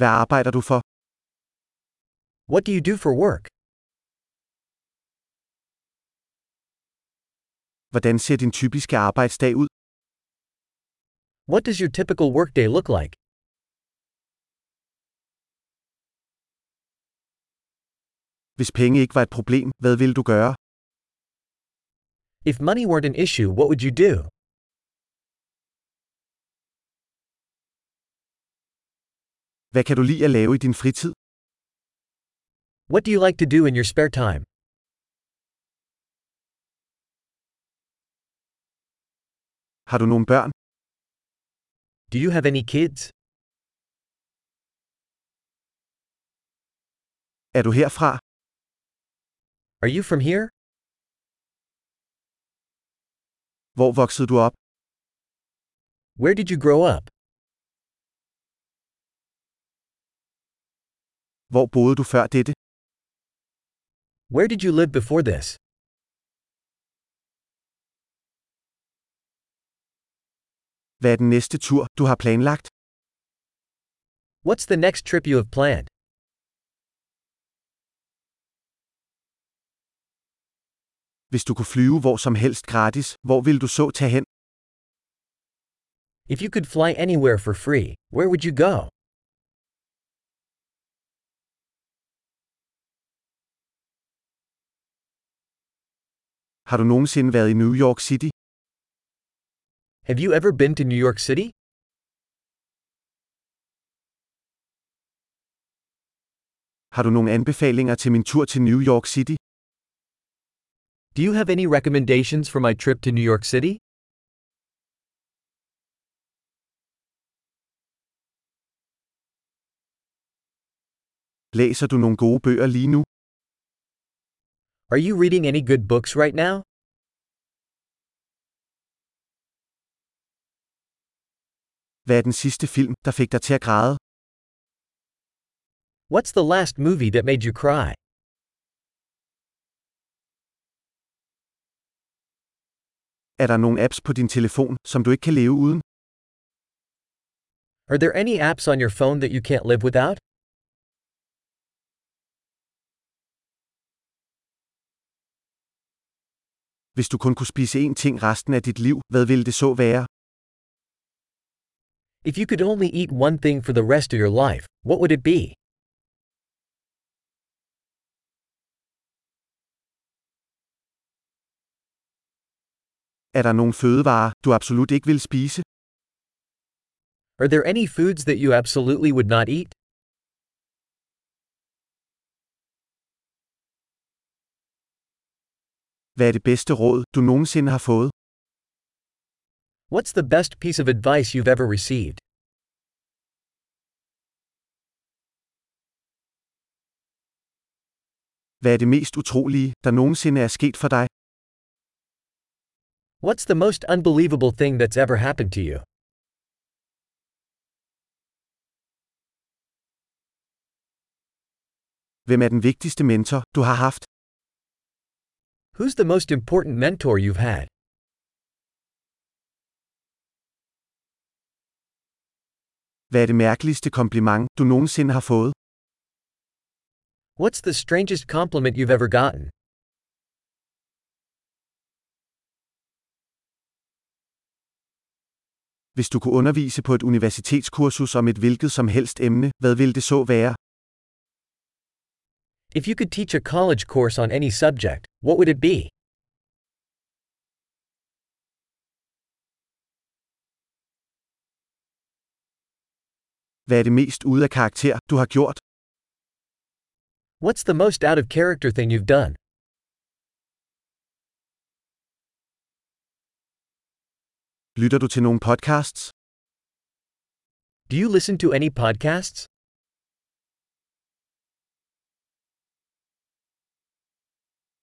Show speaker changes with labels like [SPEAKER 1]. [SPEAKER 1] Hvad arbejder du for?
[SPEAKER 2] What do you do for work?
[SPEAKER 1] Hvordan ser din typiske arbejdsdag ud?
[SPEAKER 2] What does your typical workday look like?
[SPEAKER 1] Hvis penge ikke var et problem, hvad ville du gøre?
[SPEAKER 2] If money weren't an issue, what would you do?
[SPEAKER 1] Hvad kan du lide at lave i din fritid?
[SPEAKER 2] What do you like to do in your spare time?
[SPEAKER 1] Har du nogle børn?
[SPEAKER 2] Do you have any kids?
[SPEAKER 1] Er du herfra?
[SPEAKER 2] Are you from here?
[SPEAKER 1] Hvor voksede du op?
[SPEAKER 2] Where did you grow up?
[SPEAKER 1] Hvor boede du før dette?
[SPEAKER 2] Where did you live before this?
[SPEAKER 1] Hvad er den næste tur, du har planlagt?
[SPEAKER 2] What's the next trip you have planned?
[SPEAKER 1] Hvis du kunne flyve hvor som helst gratis, hvor ville du så tage hen?
[SPEAKER 2] If you could fly anywhere for free, where would you go?
[SPEAKER 1] Har du nogensinde været i New York City?
[SPEAKER 2] Have you ever been to New York City?
[SPEAKER 1] Har du nogle anbefalinger til min tur til New York City?
[SPEAKER 2] Do you have any recommendations for my trip to New York City?
[SPEAKER 1] Læser du nogle gode bøger lige nu?
[SPEAKER 2] Are you reading any good books right now?
[SPEAKER 1] Hvad er den sidste film, der fik dig til at græde?
[SPEAKER 2] What's the last movie that made you cry?
[SPEAKER 1] Er der nogle apps på din telefon, som du ikke kan leve uden?
[SPEAKER 2] Are there any apps on your phone that you can't live without?
[SPEAKER 1] Hvis du kun kunne spise én ting resten af dit liv, hvad ville det så være?
[SPEAKER 2] If you could only eat one thing for the rest of your life, what would it be?
[SPEAKER 1] Er der nogle fødevarer, du absolut ikke vil spise?
[SPEAKER 2] Are there any foods that you absolutely would not eat?
[SPEAKER 1] Hvad er det bedste råd, du nogensinde har fået?
[SPEAKER 2] What's the best piece of advice you've ever received?
[SPEAKER 1] Hvad er det mest utrolige, der nogensinde er sket for dig?
[SPEAKER 2] What's the most unbelievable thing that's ever happened to you?
[SPEAKER 1] Hvem er den vigtigste mentor, du har haft?
[SPEAKER 2] Who's the most important mentor you've had?
[SPEAKER 1] Hvad er det mærkeligste kompliment, du nogensinde har fået?
[SPEAKER 2] What's the strangest compliment you've ever gotten?
[SPEAKER 1] Hvis du kunne undervise på et universitetskursus om et hvilket som helst emne, hvad ville det så være?
[SPEAKER 2] If you could teach a college course on any subject, what would it be?
[SPEAKER 1] Hvad er det mest ude af karakter, du har gjort?
[SPEAKER 2] What's the most out of character thing you've done?
[SPEAKER 1] Lytter du til nogle podcasts?
[SPEAKER 2] Do you listen to any podcasts?